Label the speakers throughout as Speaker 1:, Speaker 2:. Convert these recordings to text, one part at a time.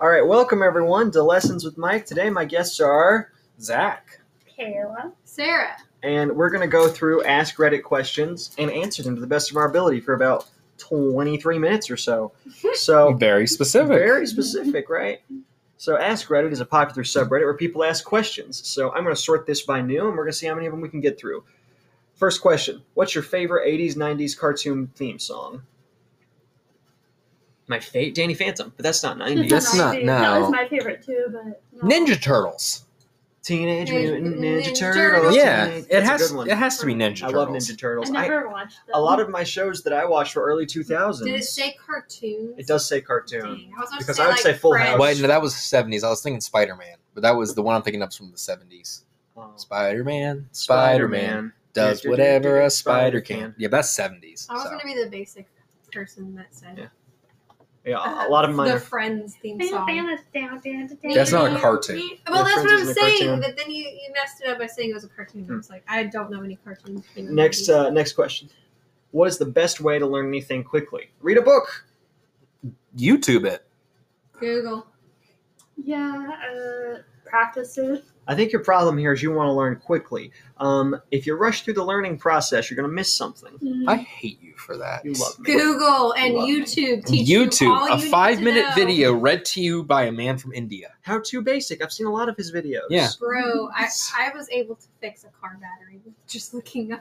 Speaker 1: All right, welcome everyone to Lessons with Mike. Today, my guests are Zach,
Speaker 2: Kayla.
Speaker 3: Sarah.
Speaker 1: and we're going to go through Ask Reddit questions and answer them to the best of our ability for about 23 minutes or so. So,
Speaker 4: Oh, Very specific.
Speaker 1: Very specific, right? So, Ask Reddit is a popular subreddit where people ask questions. So, I'm going to sort this by new, and we're going to see how many of them we can get through. First question What's your favorite 80s, 90s cartoon theme song? My fate, Danny Phantom, but that's not 90s.
Speaker 4: That's not-
Speaker 2: That
Speaker 4: no.
Speaker 2: was my favorite too, but no.
Speaker 4: Ninja Turtles.
Speaker 1: Teenage
Speaker 3: Ninja-
Speaker 1: Mutant Ninja,
Speaker 3: Ninja
Speaker 1: Turtles.
Speaker 3: Turtles.
Speaker 4: yeah,
Speaker 1: Teenage-
Speaker 4: it
Speaker 1: that's a
Speaker 4: has.
Speaker 1: good one.
Speaker 4: It has to be Ninja
Speaker 1: I
Speaker 4: Turtles.
Speaker 1: love Ninja
Speaker 2: I
Speaker 1: Turtles. I,
Speaker 2: never watched them.
Speaker 1: a lot of my shows that I watched were early 2000s.
Speaker 3: Did it say cartoons?
Speaker 1: It does say cartoon.
Speaker 3: Dang, I was about to
Speaker 1: Because
Speaker 3: say,
Speaker 1: I would
Speaker 3: like,
Speaker 1: say Full
Speaker 3: Friends.
Speaker 1: House.
Speaker 4: Wait, no, that was seventies. I was thinking Spider Man, but that was the one I'm thinking of from the seventies.
Speaker 1: Um,
Speaker 4: Spider Man. Spider Man does whatever a spider can. Yeah, but that's seventies.
Speaker 3: I was
Speaker 4: So.
Speaker 3: gonna be the basic person that said
Speaker 1: Yeah. Yeah, a lot of mine
Speaker 3: the
Speaker 1: are
Speaker 3: Friends theme song.
Speaker 2: That's
Speaker 4: That's not a
Speaker 3: Me-
Speaker 4: cartoon.
Speaker 3: me-
Speaker 1: The
Speaker 3: Well, that's what
Speaker 1: Friends
Speaker 3: I'm
Speaker 1: isn't a
Speaker 3: saying.
Speaker 1: cartoon. Hmm.
Speaker 3: But then you, you messed it up by saying it was a cartoon. I was like, I don't know any cartoons.
Speaker 1: Next, uh, next question. What is the best way to learn anything quickly? Read a book.
Speaker 4: YouTube it.
Speaker 3: Google.
Speaker 2: Yeah, uh, practices.
Speaker 1: I think your problem here is you want to learn quickly. Um, if you rush through the learning process, you're going to miss something.
Speaker 2: Mm,
Speaker 4: I hate you for that.
Speaker 1: You love me.
Speaker 3: Google and
Speaker 1: Love me.
Speaker 3: YouTube teach you all
Speaker 4: YouTube,
Speaker 3: you
Speaker 4: a
Speaker 3: need to
Speaker 4: five-minute
Speaker 3: know.
Speaker 4: video read to you by a man from India.
Speaker 1: How to basic. I've seen a lot of his videos.
Speaker 4: Yeah.
Speaker 3: Bro, I, I was able to fix a car battery with just looking up,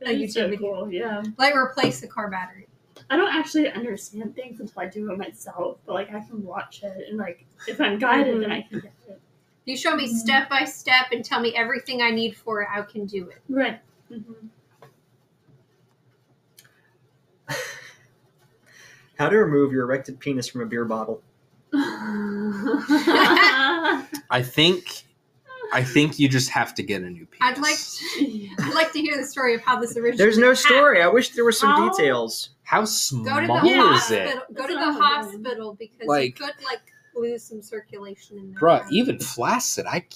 Speaker 2: That is
Speaker 3: YouTube
Speaker 2: so
Speaker 3: video.
Speaker 2: cool, yeah.
Speaker 3: like, replace the car battery.
Speaker 2: I don't actually understand things until I do it myself, but like I can watch it and like if I'm guided, then I can get it.
Speaker 3: You show
Speaker 2: Mm-hmm.
Speaker 3: me step by step and tell me everything I need for it. I can do it.
Speaker 2: Right. Mm-hmm.
Speaker 1: How to remove your erected penis from a beer bottle.
Speaker 4: I think, I think you just have to get a new piece.
Speaker 3: I'd like, I'd like to hear the story of how this originally.
Speaker 1: There's no
Speaker 3: happened.
Speaker 1: story. I wish there were some
Speaker 2: How?
Speaker 1: details.
Speaker 4: How
Speaker 3: Go to the
Speaker 4: small is it?
Speaker 3: hospital. Go
Speaker 2: That's
Speaker 3: to
Speaker 2: what
Speaker 3: the
Speaker 2: I'm wondering.
Speaker 3: hospital because you
Speaker 4: Like-
Speaker 3: could like lose some circulation in there.
Speaker 4: Bruh, even flaccid, I,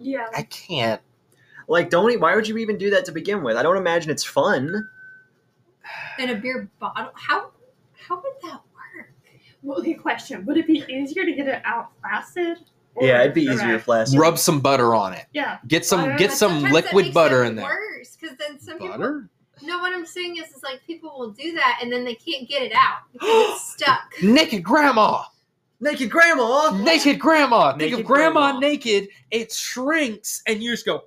Speaker 2: yeah.
Speaker 4: I can't.
Speaker 1: Like, don't. e- Why would you even do that to begin with? I don't imagine it's fun.
Speaker 3: in a beer bottle. How how would that work?
Speaker 2: Well, okay, question. Would it be easier to get it out flaccid? or
Speaker 1: Yeah, it'd be easier
Speaker 2: direct?
Speaker 1: if last.
Speaker 4: Rub some butter on it.
Speaker 2: Yeah.
Speaker 4: Get
Speaker 2: Butter?
Speaker 4: some, get
Speaker 3: But
Speaker 4: some
Speaker 3: sometimes that
Speaker 4: liquid
Speaker 3: makes
Speaker 4: butter
Speaker 3: it
Speaker 4: in there.
Speaker 3: Worse, because then some people. No, what I'm saying is, is like people will do that and then they can't get it out because it's stuck.
Speaker 4: Naked grandma.
Speaker 1: Naked grandma.
Speaker 4: Naked grandma. Think
Speaker 1: Naked
Speaker 4: of grandma,
Speaker 1: grandma.
Speaker 4: naked. It shrinks, and you just go.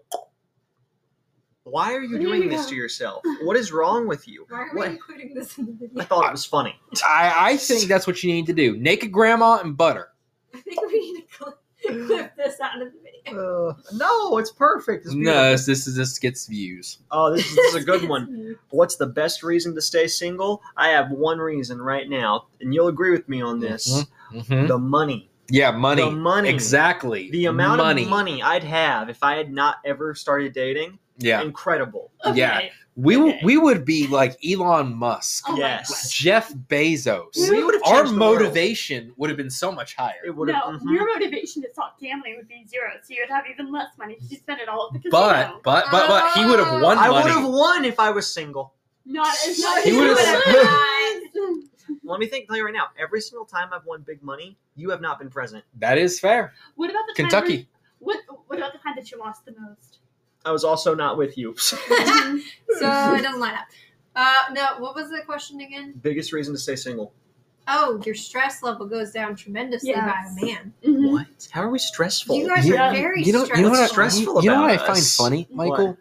Speaker 1: Why are you
Speaker 2: There
Speaker 1: doing
Speaker 2: you
Speaker 1: this
Speaker 2: go.
Speaker 1: to yourself? What is wrong with you?
Speaker 3: Why are
Speaker 1: What?
Speaker 3: we including this in the
Speaker 1: I
Speaker 3: video?
Speaker 1: thought it was funny.
Speaker 4: I, I think that's what you need to do. Naked grandma and butter.
Speaker 3: I think we need to clip, clip this out of the video.
Speaker 1: Uh, no, it's perfect. It's beautiful.
Speaker 4: No, this, this is this gets views.
Speaker 1: Oh, this is, this is a good one.
Speaker 2: Mm-hmm.
Speaker 1: What's the best reason to stay single? I have one reason right now, and you'll agree with me on this.
Speaker 4: Mhm.
Speaker 1: The money.
Speaker 4: Yeah, Mm-hmm. money.
Speaker 1: The money.
Speaker 4: Exactly.
Speaker 1: The amount
Speaker 4: money.
Speaker 1: of money I'd have if I had not ever started dating,
Speaker 4: Yeah,
Speaker 1: incredible.
Speaker 4: Yeah. we w-
Speaker 2: Okay.
Speaker 4: we would be like Elon Musk,
Speaker 3: Oh my
Speaker 1: yes.
Speaker 4: Jeff Bezos.
Speaker 1: We would have
Speaker 4: Our
Speaker 1: changed the world.
Speaker 4: motivation Mm-hmm. would have been so much higher.
Speaker 1: It would
Speaker 2: No,
Speaker 1: have.
Speaker 2: your motivation to stop gambling would be zero, so you'd have even less money because you spend it all at the casino.
Speaker 4: But but but but he would have won
Speaker 1: I would have
Speaker 4: money.
Speaker 1: won if I was single.
Speaker 2: not as much.
Speaker 4: He
Speaker 2: as
Speaker 4: would've-
Speaker 2: you would've won.
Speaker 3: Mm-hmm.
Speaker 1: Let me think. Tell you right now. Every single time I've won big money, you have not been present.
Speaker 4: That is fair.
Speaker 2: What about the time
Speaker 4: Kentucky.
Speaker 2: What What about the time that you lost the most?
Speaker 1: I was also not with you.
Speaker 2: Mm-hmm.
Speaker 3: so it doesn't line up. Uh, no, what was the question again?
Speaker 1: Biggest reason to stay single.
Speaker 3: Oh, your stress level goes down tremendously
Speaker 2: Yes.
Speaker 3: by a man.
Speaker 2: Mhm.
Speaker 1: What? How are we stressful?
Speaker 3: Mm-hmm. You guys
Speaker 2: Yeah.
Speaker 3: are very
Speaker 4: You know,
Speaker 3: stressful.
Speaker 4: you know what I,
Speaker 1: Stressful
Speaker 4: you- you know
Speaker 1: about
Speaker 4: what I find
Speaker 1: us.
Speaker 4: funny,
Speaker 2: What?
Speaker 4: Michael,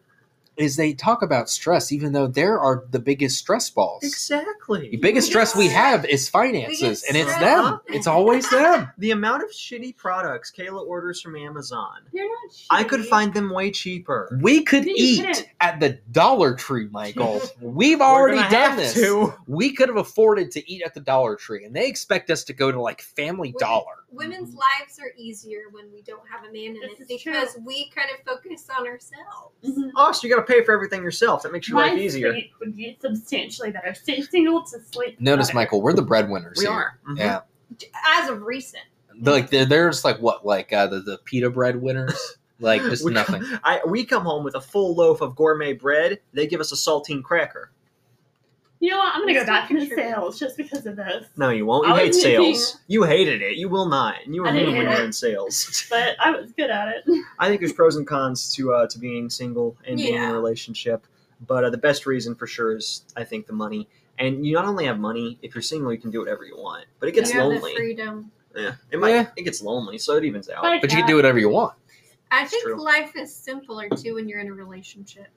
Speaker 4: is they talk about stress, even though there are the biggest stress balls. The
Speaker 1: exactly.
Speaker 4: biggest stress we
Speaker 3: Yes.
Speaker 4: have is finances, and it's
Speaker 3: stressed
Speaker 4: them.
Speaker 1: out.
Speaker 4: It's always them.
Speaker 1: The amount of shitty products Kayla orders from Amazon.
Speaker 2: You're not. Shitty.
Speaker 1: I could find them way cheaper.
Speaker 4: We could
Speaker 2: You
Speaker 4: eat
Speaker 2: couldn't.
Speaker 4: at the Dollar Tree, Michael. We've already
Speaker 1: We're gonna
Speaker 4: done
Speaker 1: have
Speaker 4: this.
Speaker 1: to.
Speaker 4: We could have afforded to eat at the Dollar Tree, and they expect us to go to like Family
Speaker 3: Women-
Speaker 4: Dollar.
Speaker 3: Women's lives are easier when we don't have a man in
Speaker 2: This
Speaker 3: it
Speaker 2: is true.
Speaker 3: because we kind of focus on ourselves.
Speaker 2: Mhm.
Speaker 1: Oh, so you got to pay for everything yourself. That makes your
Speaker 2: My
Speaker 1: life easier.
Speaker 2: sleep would be substantially better. Stay single to sleep.
Speaker 4: Notice,
Speaker 2: better.
Speaker 4: Michael, we're the breadwinners
Speaker 1: We
Speaker 4: here.
Speaker 1: are. Mhm.
Speaker 4: Yeah,
Speaker 2: Mm-hmm.
Speaker 3: As of recent,
Speaker 4: They're like they're, there's like what like uh, the the pita breadwinners, like just
Speaker 1: we
Speaker 4: nothing.
Speaker 1: Come, I, we come home with a full loaf of gourmet bread. They give us a saltine cracker.
Speaker 2: You know what? I'm gonna
Speaker 3: It's
Speaker 2: go
Speaker 3: still
Speaker 2: back into
Speaker 3: contributing.
Speaker 2: sales just because of this.
Speaker 1: No, you won't. You
Speaker 2: I
Speaker 1: hate
Speaker 2: was
Speaker 1: sales. You hated it. You will not. And you were
Speaker 2: I didn't
Speaker 1: mean when
Speaker 2: hate
Speaker 1: you were
Speaker 2: it.
Speaker 1: in sales.
Speaker 2: But I was good at it.
Speaker 1: I think there's pros and cons to uh, to being single and being in
Speaker 3: Yeah.
Speaker 1: a relationship, but uh, the best reason for sure is I think the money. And you not only have money if you're single, you can do whatever you want, but it gets
Speaker 3: you have the
Speaker 1: lonely.
Speaker 3: freedom.
Speaker 1: Yeah, it might.
Speaker 4: Yeah.
Speaker 1: It gets lonely, so it evens out.
Speaker 2: But-
Speaker 4: But you can do whatever you want.
Speaker 3: I
Speaker 1: It's
Speaker 3: think
Speaker 1: true.
Speaker 3: life is simpler too when you're in a relationship.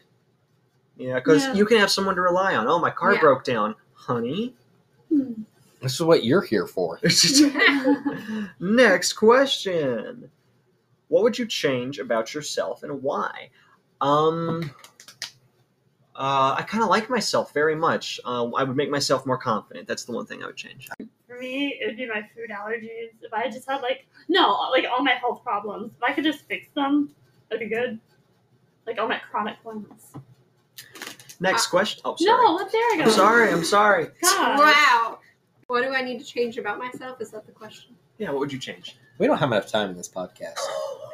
Speaker 1: yeah, because
Speaker 2: Yeah.
Speaker 1: you can have someone to rely on. Oh, my car
Speaker 3: Yeah.
Speaker 1: broke down, honey.
Speaker 2: Hmm.
Speaker 4: This is what you're here for.
Speaker 1: Next question. What would you change about yourself and why? Um, uh, I kind of like myself very much. Uh, I would make myself more confident. That's the one thing I would change.
Speaker 2: For me, it would be my food allergies. If I just had like no, like all my health problems. If I could just fix them, that'd be good. Like all my chronic ones.
Speaker 3: Oh, Uh,
Speaker 1: Next question. Oh, sorry.
Speaker 2: No, what there I go. Oh
Speaker 1: I'm sorry. I'm sorry.
Speaker 2: God.
Speaker 3: wow. What do I need to change about myself? Is that the question?
Speaker 1: Yeah, what would you change?
Speaker 4: We don't have enough time in this podcast.
Speaker 2: Oh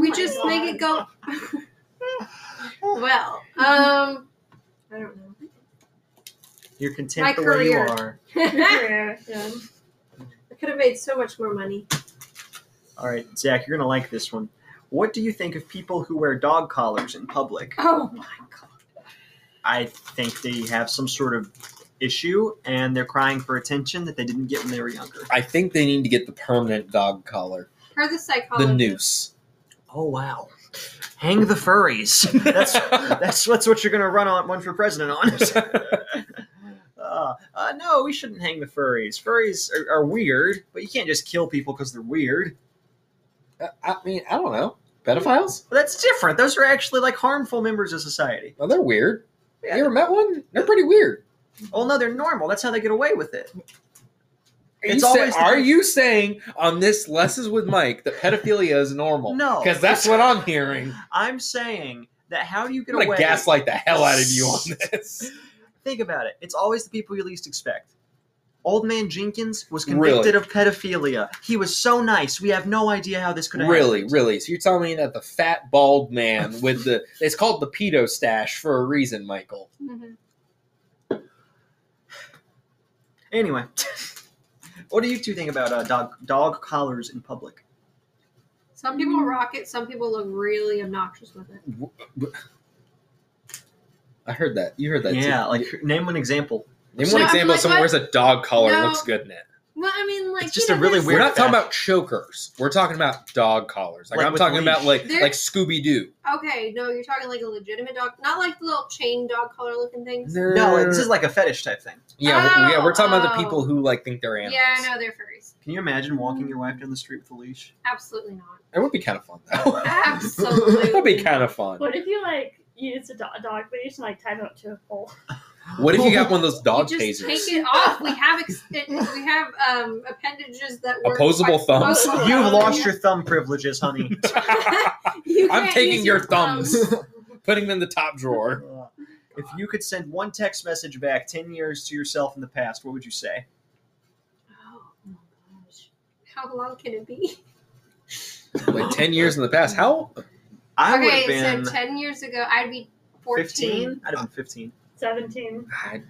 Speaker 3: we
Speaker 2: my
Speaker 3: just
Speaker 2: God.
Speaker 3: make it go. well, um, I don't know.
Speaker 1: You're
Speaker 3: My
Speaker 1: content the way you
Speaker 3: career.
Speaker 1: are.
Speaker 3: I
Speaker 2: Career, yeah.
Speaker 3: could have made so much more money.
Speaker 1: All right, Zach, you're going to like this one. What do you think of people who wear dog collars in public?
Speaker 3: Oh my god.
Speaker 1: I think they have some sort of issue and they're crying for attention that they didn't get when they were younger.
Speaker 4: I think they need to get the permanent dog collar,
Speaker 3: Her the
Speaker 4: the
Speaker 3: psychologist.
Speaker 4: noose.
Speaker 1: Oh wow. Hang the furries. That's that's that's what you're gonna run on run for president on. uh, uh, no, we shouldn't hang the furries. Furries are, are weird, but you can't just kill people because they're weird.
Speaker 4: I- I mean, I don't know. Pedophiles?
Speaker 1: Well, that's different. Those are actually like harmful members of society.
Speaker 4: Well, they're weird.
Speaker 1: Yeah.
Speaker 4: You ever met one? They're pretty weird.
Speaker 1: Oh no, they're normal. That's how they get away with it.
Speaker 4: Are
Speaker 1: It's
Speaker 4: you say-
Speaker 1: always the-
Speaker 4: are you saying on this Lessons with Mike that pedophilia is normal?
Speaker 1: No.
Speaker 4: Because that's what I'm hearing.
Speaker 1: I'm saying that how do you
Speaker 4: I'm
Speaker 1: get
Speaker 4: going to
Speaker 1: away?
Speaker 4: gaslight the hell out of you on this.
Speaker 1: Think about it. It's always the people you least expect. Old man Jenkins was convicted
Speaker 4: Really?
Speaker 1: of pedophilia. He was so nice. We have no idea how this could have
Speaker 4: really,
Speaker 1: happened.
Speaker 4: really. So you're telling me that the fat bald man with the. It's called the pedo stash for a reason, Michael.
Speaker 3: Mhm.
Speaker 1: Anyway, what do you two think about uh, dog dog collars in public?
Speaker 3: Some people rock it. Some people look really obnoxious with it.
Speaker 4: I heard that. You heard that
Speaker 1: yeah,
Speaker 4: too.
Speaker 1: like name an example.
Speaker 4: Name
Speaker 3: So
Speaker 4: one
Speaker 3: I'm
Speaker 4: example
Speaker 3: like,
Speaker 4: of someone
Speaker 3: what?
Speaker 4: wears a dog collar and
Speaker 3: No.
Speaker 4: looks good in it.
Speaker 3: Well, I mean, like
Speaker 1: It's just
Speaker 3: you
Speaker 1: a
Speaker 3: know,
Speaker 1: really
Speaker 3: there's-
Speaker 1: weird-
Speaker 4: We're not talking
Speaker 1: fashion.
Speaker 4: about chokers. We're talking about dog collars. Like,
Speaker 1: Like
Speaker 4: I'm
Speaker 1: with
Speaker 4: talking
Speaker 1: leash.
Speaker 4: about like
Speaker 3: They're-
Speaker 4: like Scooby Doo.
Speaker 3: Okay, no, you're talking like a legitimate dog, not like the little chain dog collar looking things.
Speaker 1: No, like, this is like a fetish type thing.
Speaker 4: yeah, we're- yeah. We're talking about
Speaker 3: Oh,
Speaker 4: the people who like think they're animals.
Speaker 3: Yeah, no, they're furries.
Speaker 1: Can you imagine walking your wife down the street with a leash?
Speaker 3: Absolutely not.
Speaker 4: It would be kind of fun though.
Speaker 3: Absolutely.
Speaker 4: it would be kind of fun.
Speaker 2: What if you like used a do- a dog leash and like tied it up to a pole?
Speaker 4: What if you got one of those dog
Speaker 3: you just
Speaker 4: tasers?
Speaker 3: Take it off. We have ex- it- we have um, appendages that work
Speaker 4: Opposable
Speaker 3: quite- Oh,
Speaker 4: thumbs.
Speaker 3: opposable
Speaker 1: You've
Speaker 3: thumbs.
Speaker 1: lost your thumb privileges, honey.
Speaker 3: You
Speaker 4: I'm
Speaker 3: can't
Speaker 4: taking
Speaker 3: use
Speaker 4: your thumbs. Putting them in the top drawer.
Speaker 1: Uh, if you could send one text message back ten years to yourself in the past, what would you say?
Speaker 3: Oh my gosh. How long can it be?
Speaker 4: Like ten years in the past. How?
Speaker 1: I would
Speaker 3: okay,
Speaker 1: have been
Speaker 3: so ten years ago, I'd be fourteen.
Speaker 1: 15? I'd have been 15.
Speaker 2: Seventeen.
Speaker 4: I,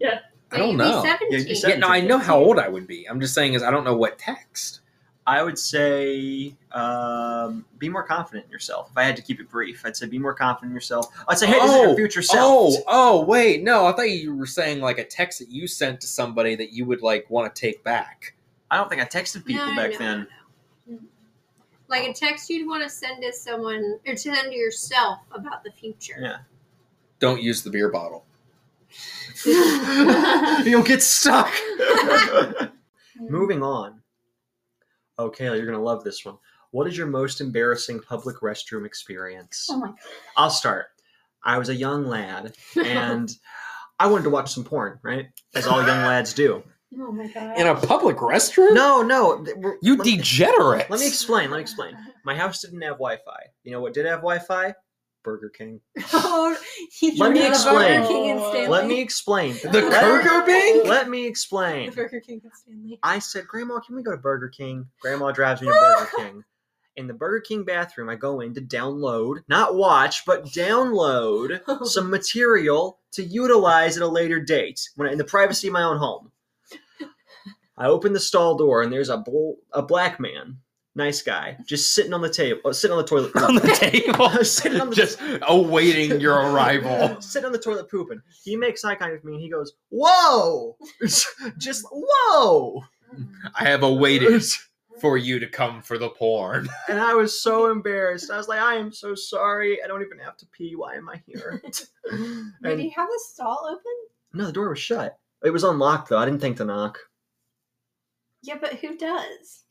Speaker 3: But
Speaker 4: I don't
Speaker 3: you'd
Speaker 4: know.
Speaker 3: Be
Speaker 4: Yeah,
Speaker 1: you'd be
Speaker 3: seventeen.
Speaker 1: seven-
Speaker 4: yeah, no, I know how old I would be. I'm just saying is I don't know what text.
Speaker 1: I would say um, be more confident in yourself. If I had to keep it brief, I'd say be more confident in yourself. I'd say, hey, this is your
Speaker 4: Oh,
Speaker 1: future self.
Speaker 4: Oh, oh, wait, no, I thought you were saying like a text that you sent to somebody that you would like want to take back.
Speaker 1: I don't think I texted people
Speaker 3: No, no,
Speaker 1: back
Speaker 3: no,
Speaker 1: then.
Speaker 3: no, no. Like a text you'd want to send to someone or to send to yourself about the future.
Speaker 4: Don't use the beer bottle.
Speaker 1: You'll get stuck. Moving on. Okay, you're going to love this one. What is your most embarrassing public restroom experience?
Speaker 2: Oh my god.
Speaker 1: I'll start. I was a young lad and I wanted to watch some porn, right? As all young lads do.
Speaker 2: Oh my god.
Speaker 4: In a public restroom?
Speaker 1: No, no. th- we're-
Speaker 4: You
Speaker 1: let-
Speaker 4: degenerate.
Speaker 1: Let me explain. Let me explain. My house didn't have Wi Fi. You know what did have Wi Fi? Burger King.
Speaker 3: Oh, you
Speaker 1: Let me
Speaker 3: don't have a
Speaker 1: explain.
Speaker 3: Burger King and Stanley.
Speaker 1: Let me explain.
Speaker 4: The Burger King?
Speaker 1: Let me explain.
Speaker 3: The Burger King and Stanley.
Speaker 1: I said, Grandma, can we go to Burger King? Grandma drives me to Burger King. in the Burger King bathroom, I go in to download, not watch, but download some material to utilize at a later date when in the privacy of my own home. I open the stall door and there's a bl- a black man, nice guy, just sitting on the table, uh, sitting on the toilet,
Speaker 4: on the table,
Speaker 1: sitting on the
Speaker 4: just awaiting your arrival.
Speaker 1: sitting on the toilet pooping. He makes eye contact with me and he goes, "Whoa!" just whoa.
Speaker 4: I have awaited for you to come for the porn.
Speaker 1: And I was so embarrassed. I was like, I am so sorry. I don't even have to pee. Why am I here?
Speaker 3: Did
Speaker 1: And-
Speaker 3: he have the stall open?
Speaker 1: no, the door was shut. It was unlocked though. I didn't think to knock.
Speaker 3: Yeah, but who does?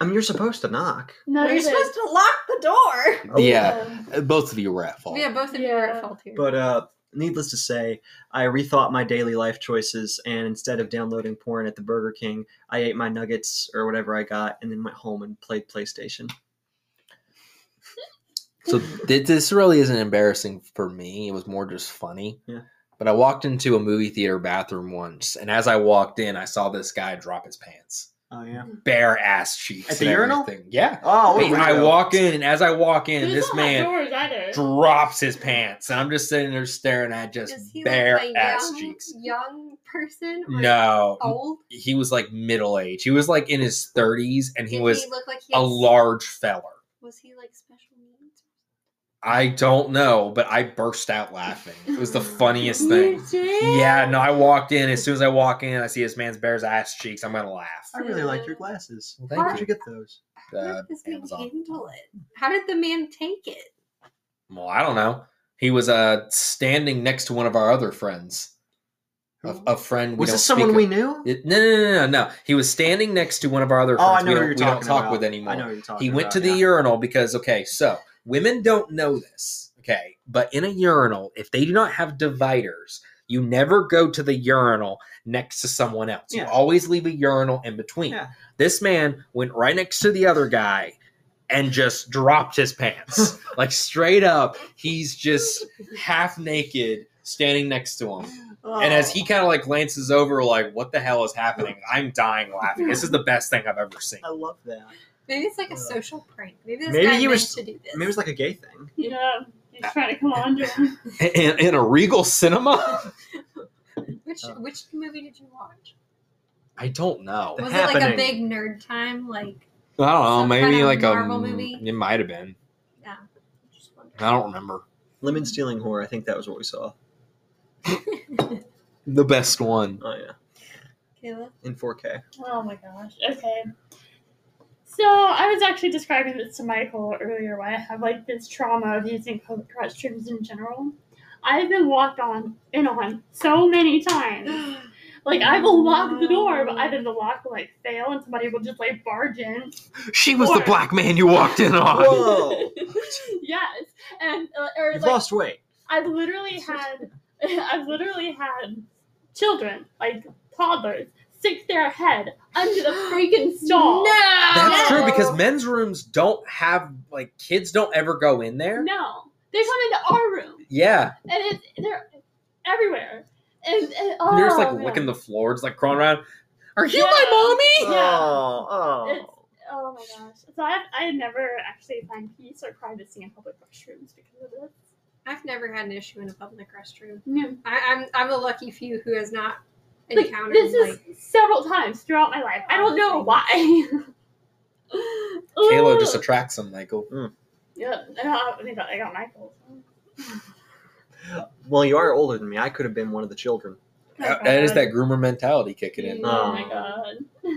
Speaker 1: I mean, you're supposed to knock.
Speaker 2: No,
Speaker 3: you're supposed to lock the door.
Speaker 1: Oh,
Speaker 4: Yeah,
Speaker 2: Um,
Speaker 4: Uh, both of you were at fault.
Speaker 3: Yeah, both of you are
Speaker 2: Yeah.
Speaker 3: at fault here.
Speaker 1: But uh, needless to say, I rethought my daily life choices, and instead of downloading porn at the Burger King, I ate my nuggets or whatever I got, and then went home and played PlayStation.
Speaker 4: So th- this really isn't embarrassing for me. It was more just funny.
Speaker 1: Yeah.
Speaker 4: But I walked into a movie theater bathroom once, and as I walked in, I saw this guy drop his pants,
Speaker 1: Oh yeah.
Speaker 4: bare ass cheeks.
Speaker 1: At the
Speaker 4: and
Speaker 1: urinal?
Speaker 4: everything. Yeah.
Speaker 1: Oh, what a
Speaker 4: I
Speaker 1: weirdo.
Speaker 4: walk in, and as I walk in,
Speaker 2: There's
Speaker 4: this
Speaker 2: not
Speaker 4: man
Speaker 2: Doors either.
Speaker 4: drops his pants, and I'm just sitting there staring at just
Speaker 3: Does he
Speaker 4: bare
Speaker 3: look like
Speaker 4: ass
Speaker 3: young, oh.
Speaker 4: cheeks.
Speaker 3: young person? Or
Speaker 4: No,
Speaker 3: Old?
Speaker 4: he was like middle age. He was like in his 30s, and he
Speaker 3: Did
Speaker 4: was
Speaker 3: he look like he
Speaker 4: a
Speaker 3: had-
Speaker 4: large feller.
Speaker 3: Was he like special needs?
Speaker 4: I don't know, but I burst out laughing. It was the funniest
Speaker 2: You
Speaker 4: thing.
Speaker 2: did?
Speaker 4: Yeah, no, I walked in. As soon as I walk in, I see this man's bear's ass cheeks. I'm gonna laugh.
Speaker 1: I really like your glasses.
Speaker 4: Well,
Speaker 1: Where
Speaker 4: thank
Speaker 1: did you
Speaker 4: you.
Speaker 1: get those?
Speaker 3: How
Speaker 4: Uh,
Speaker 3: did this man
Speaker 4: Amazon.
Speaker 3: handle it? How did the man take it?
Speaker 4: Well, I don't know. He was uh standing next to one of our other friends. A, a friend. uh, we
Speaker 1: was
Speaker 4: don't
Speaker 1: this someone
Speaker 4: speak-
Speaker 1: we knew?
Speaker 4: It- no, no, no, no, no. He was standing next to one of our other
Speaker 1: oh,
Speaker 4: friends.
Speaker 1: I know
Speaker 4: we
Speaker 1: who
Speaker 4: don't,
Speaker 1: you're
Speaker 4: we
Speaker 1: talking
Speaker 4: don't talk
Speaker 1: about.
Speaker 4: with
Speaker 1: I know
Speaker 4: anymore.
Speaker 1: who you're talking
Speaker 4: He went
Speaker 1: about,
Speaker 4: to the
Speaker 1: yeah.
Speaker 4: urinal because okay, so women don't know this, okay, but in a urinal, if they do not have dividers, you never go to the urinal next to someone else. You
Speaker 1: Yeah.
Speaker 4: always leave a urinal in between.
Speaker 1: Yeah.
Speaker 4: This man went right next to the other guy and just dropped his pants. like straight up, he's just half naked standing next to him. E And as
Speaker 1: Oh.
Speaker 4: he kind of like glances over, like, what the hell is happening? I'm dying laughing. This is the best thing I've ever seen.
Speaker 1: I love that.
Speaker 3: Maybe it's like
Speaker 1: Uh,
Speaker 3: a social prank. Maybe this
Speaker 1: maybe
Speaker 3: guy
Speaker 1: he
Speaker 3: meant
Speaker 1: was-
Speaker 3: to do this.
Speaker 1: Maybe it was like a gay thing.
Speaker 2: Yeah, he's trying to come on to him.
Speaker 4: In, in a regal cinema?
Speaker 3: which
Speaker 1: Uh,
Speaker 3: which movie did you watch?
Speaker 4: I don't know.
Speaker 1: The
Speaker 3: Was it like
Speaker 1: Happening.
Speaker 3: a big nerd time? Like
Speaker 4: I don't know.
Speaker 3: Some
Speaker 4: maybe
Speaker 3: kind of
Speaker 4: like
Speaker 3: Marvel
Speaker 4: a
Speaker 3: movie?
Speaker 4: It might have been.
Speaker 3: yeah. Just wondering.
Speaker 4: I don't remember.
Speaker 1: Lemon stealing whore. I think that was what we saw.
Speaker 4: The best one.
Speaker 1: Oh yeah,
Speaker 3: Caleb?
Speaker 1: in 4K.
Speaker 2: Oh my gosh. Okay. So I was actually describing this to Michael earlier why I have like this trauma of using public restrooms in general. I've been walked on and on so many times. Like I will lock the door, but either the lock will like fail and somebody will just like barge in.
Speaker 4: She
Speaker 2: was the Or- black
Speaker 4: man you walked in
Speaker 1: Whoa,
Speaker 2: Yes, and uh, or
Speaker 1: Oh. you've
Speaker 2: like
Speaker 1: lost weight.
Speaker 2: I've literally had, I've literally had children, like toddlers, stick their head under the freaking stall.
Speaker 3: No.
Speaker 4: That's
Speaker 2: No.
Speaker 4: true because men's rooms don't have, like, kids don't ever go in there.
Speaker 2: No, they come into our room,
Speaker 4: Yeah.
Speaker 2: and it's they're everywhere. And, and oh,
Speaker 4: They're just, like,
Speaker 2: man.
Speaker 4: licking the floors, like, crawling around. Are you
Speaker 2: Yeah.
Speaker 4: my mommy?
Speaker 2: Yeah.
Speaker 1: Oh, oh.
Speaker 2: Oh my gosh! So I, I never actually find peace or privacy in public restrooms because of this.
Speaker 3: I've never had an issue in a public restroom.
Speaker 2: No.
Speaker 3: I, I'm I'm the lucky few who has not
Speaker 2: Like,
Speaker 3: encountered
Speaker 2: this
Speaker 3: like,
Speaker 2: is several times throughout my life. I don't know why.
Speaker 4: Kayla
Speaker 2: Ugh.
Speaker 4: just attracts him, Michael.
Speaker 2: Yeah, I mean, I got Michael.
Speaker 1: Well, you are older than me. I could have been one of the children.
Speaker 4: Uh, That is that groomer mentality kicking in.
Speaker 2: Oh, my god.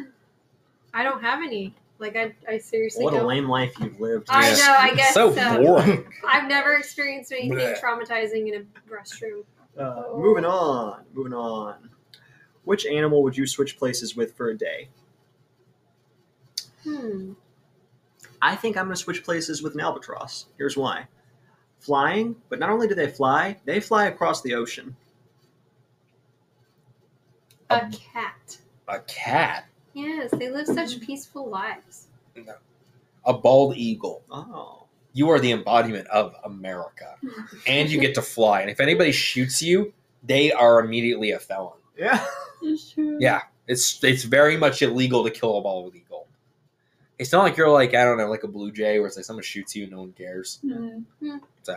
Speaker 3: I don't have any. Like I I seriously
Speaker 1: What a
Speaker 3: don't.
Speaker 1: lame life you've lived.
Speaker 3: I
Speaker 1: man.
Speaker 3: know, I guess
Speaker 4: so.
Speaker 3: so.
Speaker 4: boring.
Speaker 3: I've never experienced anything
Speaker 4: Blech.
Speaker 3: traumatizing in a restroom.
Speaker 1: Uh, moving on, moving on. Which animal would you switch places with for a day?
Speaker 3: Hmm.
Speaker 1: I think I'm going to switch places with an albatross. Here's why. Flying, but not only do they fly, they fly across the ocean.
Speaker 4: Um,
Speaker 3: A cat.
Speaker 4: A cat,
Speaker 3: Yes, they live such
Speaker 2: Mm-hmm.
Speaker 3: peaceful lives.
Speaker 4: a bald eagle.
Speaker 1: Oh.
Speaker 4: You are the embodiment of America, and you get to fly. And if anybody shoots you, they are immediately a felon.
Speaker 1: Yeah.
Speaker 2: It's true.
Speaker 4: Yeah, it's it's very much illegal to kill a bald eagle. It's not like you're like I don't know, like a blue jay, where it's like someone shoots you and no one cares.
Speaker 2: Mm.
Speaker 4: So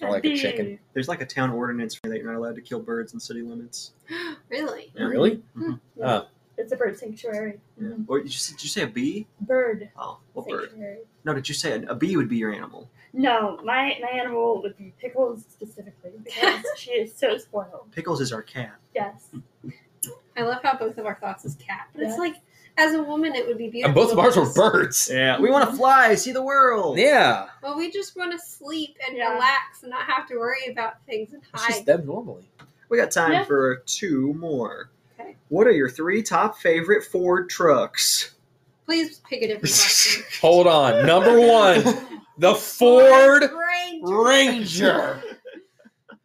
Speaker 4: I like a
Speaker 2: That'd
Speaker 4: chicken.
Speaker 1: There's like a town ordinance that you're not allowed to kill birds in city limits.
Speaker 3: really?
Speaker 1: Yeah.
Speaker 4: Really?
Speaker 2: Yeah.
Speaker 4: Oh.
Speaker 2: It's a bird sanctuary.
Speaker 1: Yeah.
Speaker 2: Mhm.
Speaker 1: Or did you, s- did you say a bee?
Speaker 2: Bird
Speaker 1: Oh, what bird?
Speaker 2: sanctuary.
Speaker 1: No, did you say a, a bee would be your animal?
Speaker 2: No, my, my animal would be Pickles specifically because she is so spoiled.
Speaker 1: Pickles is our cat.
Speaker 2: Yes.
Speaker 3: I love how both of our thoughts is cat, but
Speaker 2: Yeah.
Speaker 3: it's like as a woman, it would be beautiful.
Speaker 4: And both of ours were
Speaker 3: because-
Speaker 4: birds.
Speaker 1: Yeah, we want to fly, see the world.
Speaker 4: Yeah,
Speaker 3: Well, we just want to sleep and
Speaker 2: Yeah.
Speaker 3: relax and not have to worry about things and
Speaker 4: it's just
Speaker 3: hide.
Speaker 4: them normally.
Speaker 1: We got time
Speaker 2: Yeah.
Speaker 1: for two more.
Speaker 3: Okay.
Speaker 1: What are your three top favorite Ford trucks?
Speaker 3: Please pick a different question.
Speaker 4: Hold on. Number one, the Ford Ranger.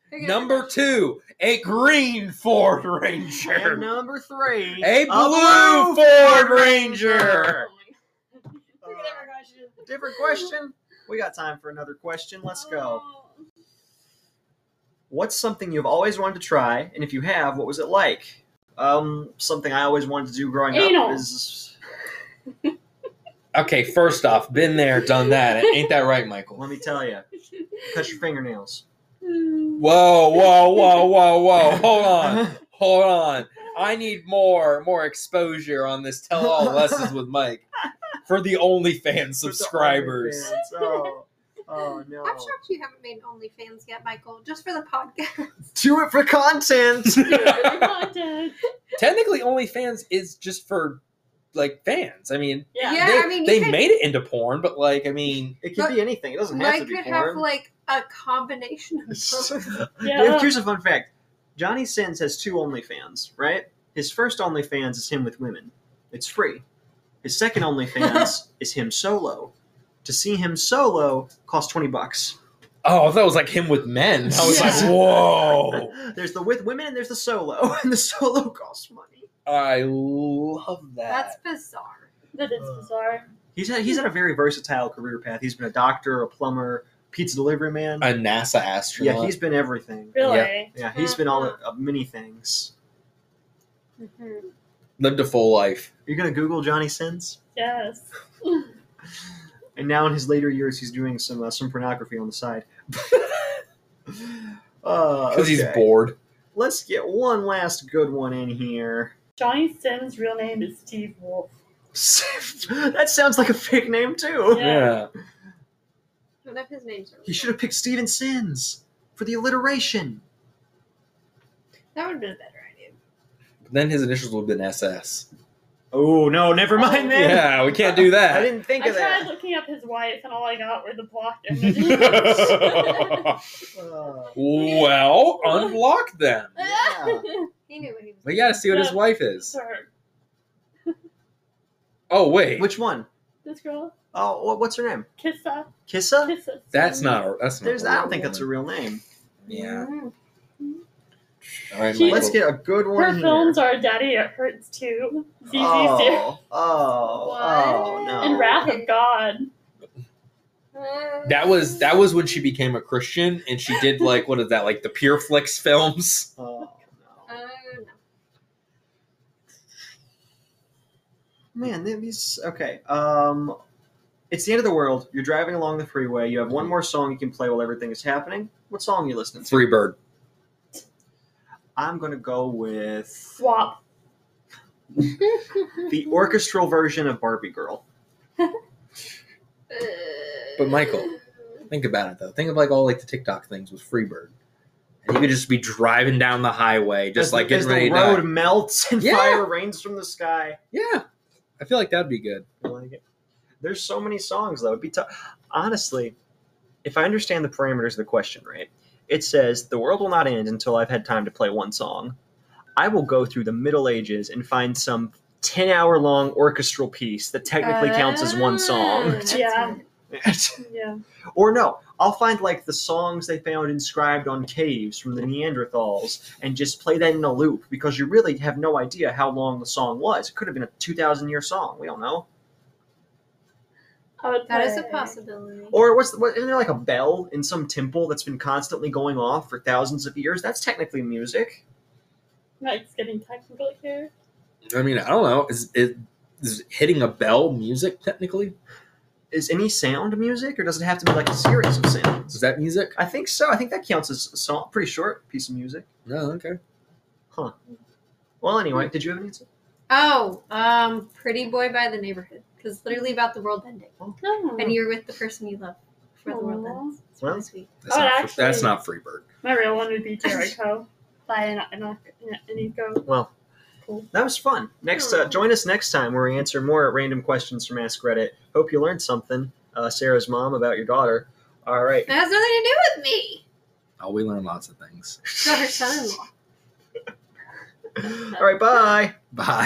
Speaker 3: Pick a
Speaker 4: Number
Speaker 3: different
Speaker 4: two, a green Ford
Speaker 1: And
Speaker 4: Ranger.
Speaker 1: number three,
Speaker 4: A blue
Speaker 1: blue
Speaker 4: Ford
Speaker 1: Ford
Speaker 4: Ranger.
Speaker 3: question.
Speaker 1: Uh,
Speaker 3: Oh my- Pick a different question.
Speaker 1: different question. We got time for another question. Let's go.
Speaker 3: Oh.
Speaker 1: What's something you've always wanted to try, and if you have, what was it like? Um, something I always wanted to do growing
Speaker 2: Anal.
Speaker 1: up is.
Speaker 4: Okay, first off, been there, done that. Ain't that right, Michael?
Speaker 1: Let me tell you, cut your fingernails.
Speaker 4: Oh.
Speaker 2: Mm.
Speaker 4: Whoa, whoa, whoa, whoa, whoa. Oh, Hold on. Hold on. I need more, more exposure on this tell all lessons with Mike for the OnlyFans subscribers.
Speaker 1: With the OnlyFans. Oh, oh no.
Speaker 3: I'm shocked you haven't made OnlyFans yet, Michael. Just for the podcast.
Speaker 1: Do it for content.
Speaker 2: Content.
Speaker 4: Technically, OnlyFans is just for like fans. I mean,
Speaker 2: Yeah.
Speaker 3: Yeah.
Speaker 4: they,
Speaker 3: I mean, you
Speaker 4: they
Speaker 3: could-
Speaker 4: made it into porn, but like, I mean,
Speaker 1: It could be anything. It doesn't have
Speaker 3: Mike
Speaker 1: to be
Speaker 3: could have
Speaker 1: porn.
Speaker 3: like a combination of both.
Speaker 2: Yeah.
Speaker 1: Here's a fun fact: Johnny Sins has two OnlyFans. Right? His first OnlyFans is him with women. It's free. His second OnlyFans is him solo. To see him solo costs twenty bucks.
Speaker 4: oh, that was like him with men. I was
Speaker 3: Yeah.
Speaker 4: like, whoa.
Speaker 1: There's the with women and there's the solo, and the solo costs money.
Speaker 4: I love
Speaker 3: That's
Speaker 4: that.
Speaker 3: bizarre.
Speaker 2: That is bizarre.
Speaker 1: He's had, he's had a very versatile career path. He's been a doctor, a plumber, pizza delivery man.
Speaker 4: a NASA astronaut.
Speaker 1: Yeah, he's been everything.
Speaker 2: Really?
Speaker 1: Yeah, he's been all of many things.
Speaker 3: Mm-hmm.
Speaker 4: lived a full life.
Speaker 1: Are you gonna Google Johnny Sins?
Speaker 2: Yes.
Speaker 1: And now in his later years, he's doing some uh, some pornography on the side. uh,
Speaker 4: Because he's
Speaker 1: okay.
Speaker 4: bored.
Speaker 1: Let's get one last good one in here.
Speaker 2: Johnny Sims' real name is Steve Wolf.
Speaker 1: that sounds like a fake name too.
Speaker 2: Yeah.
Speaker 3: None of his names are.
Speaker 1: He should have picked Steven Sins for the alliteration.
Speaker 3: That would have been a better idea.
Speaker 4: Then his initials would have been SS.
Speaker 1: Oh no, never mind then.
Speaker 4: Yeah, we can't do
Speaker 1: I
Speaker 4: that.
Speaker 1: didn't think
Speaker 2: I
Speaker 1: of
Speaker 2: tried
Speaker 1: that.
Speaker 2: looking up his wife, and all I got were the blocked images.
Speaker 1: Uh,
Speaker 4: well, unblock them.
Speaker 1: yeah.
Speaker 3: He knew what he was.
Speaker 4: We gotta see what his wife is.
Speaker 2: Sir,
Speaker 4: Oh wait,
Speaker 1: Which one?
Speaker 2: this girl,
Speaker 1: Oh, wh- what's her name?
Speaker 2: Kissa,
Speaker 1: Kissa?
Speaker 2: Kissa.
Speaker 4: that's
Speaker 2: Sims.
Speaker 4: not. A, that's not.
Speaker 1: There's,
Speaker 4: a
Speaker 1: I don't
Speaker 4: real
Speaker 1: think that's a
Speaker 4: woman.
Speaker 1: real name.
Speaker 4: Yeah.
Speaker 3: Mm.
Speaker 4: All right,
Speaker 2: She-
Speaker 4: Michael.
Speaker 1: Let's get a good one.
Speaker 2: Her
Speaker 1: here.
Speaker 2: films are Daddy It Hurts Too, ZZ Series,
Speaker 1: Oh, oh, oh, no.
Speaker 2: and Wrath of God.
Speaker 3: Mm-hmm.
Speaker 4: That was that was when she became a Christian, and she did like what is that like the Pure Flix films?
Speaker 1: Oh,
Speaker 3: Uh,
Speaker 1: no.
Speaker 3: no.
Speaker 1: Man, th- these. Okay. Um, it's the end of the world. You're driving along the freeway. You have one more song you can play while everything is happening. What song are you listening to?
Speaker 4: Three Bird.
Speaker 1: I'm going to go with
Speaker 2: Swap.
Speaker 1: the orchestral version of Barbie Girl.
Speaker 4: But Michael. Think about it though. Think of like all like the TikTok things with Freebird. And you could just be driving down the highway, just
Speaker 1: As
Speaker 4: like
Speaker 1: the, as
Speaker 4: getting ready
Speaker 1: the
Speaker 4: to
Speaker 1: road
Speaker 4: die.
Speaker 1: melts and
Speaker 4: Yeah.
Speaker 1: fire rains from the sky.
Speaker 4: Yeah. I feel like that'd be good.
Speaker 1: I like it. There's so many songs though. It'd be tough. Honestly, if I understand the parameters of the question right, it says the world will not end until I've had time to play one song. I will go through the Middle Ages and find some ten-hour-long orchestral piece that technically counts as one
Speaker 3: Ah,
Speaker 1: song.
Speaker 3: that's
Speaker 2: Yeah.
Speaker 3: good.
Speaker 2: Yeah.
Speaker 1: or no, I'll find like the songs they found inscribed on caves from the Neanderthals and just play that in a loop because you really have no idea how long the song was. It could have been a two thousand-year song. We don't know.
Speaker 2: I would
Speaker 3: That is a
Speaker 2: say-
Speaker 3: possibility.
Speaker 1: Or what's what? Isn't there like a bell in some temple that's been constantly going off for thousands of years? That's technically music.
Speaker 2: Mike's getting technical here.
Speaker 4: I mean, I don't know. Is it is hitting a bell music technically?
Speaker 1: Is any sound music, or does it have to be like a series of sounds?
Speaker 4: Is that music?
Speaker 1: I think so. I think that counts as a song. Pretty short piece of music.
Speaker 4: No, okay.
Speaker 1: Well, anyway, did you have an answer?
Speaker 3: Oh, um, Pretty Boy by the Neighborhood. Because it's literally about the world ending.
Speaker 2: Oh,
Speaker 3: And you're with the person you love for the world
Speaker 2: Aw.
Speaker 3: ends. It's
Speaker 1: Well.
Speaker 3: really sweet.
Speaker 4: That's,
Speaker 2: Oh,
Speaker 4: not,
Speaker 2: actually-
Speaker 4: that's not Freebird.
Speaker 2: My real one would be Jericho by an, an, an, an eco.
Speaker 1: Well,
Speaker 2: Cool.
Speaker 1: that was fun. Next, uh,
Speaker 3: Aw.
Speaker 1: join us next time where we answer more random questions from Ask Reddit. Hope you learned something, uh, Sarah's mom about your daughter. All right.
Speaker 3: It has nothing to do with me.
Speaker 4: Oh, we learn lots of things.
Speaker 3: It's about her son-in-law.
Speaker 1: All right. Bye.
Speaker 4: Bye.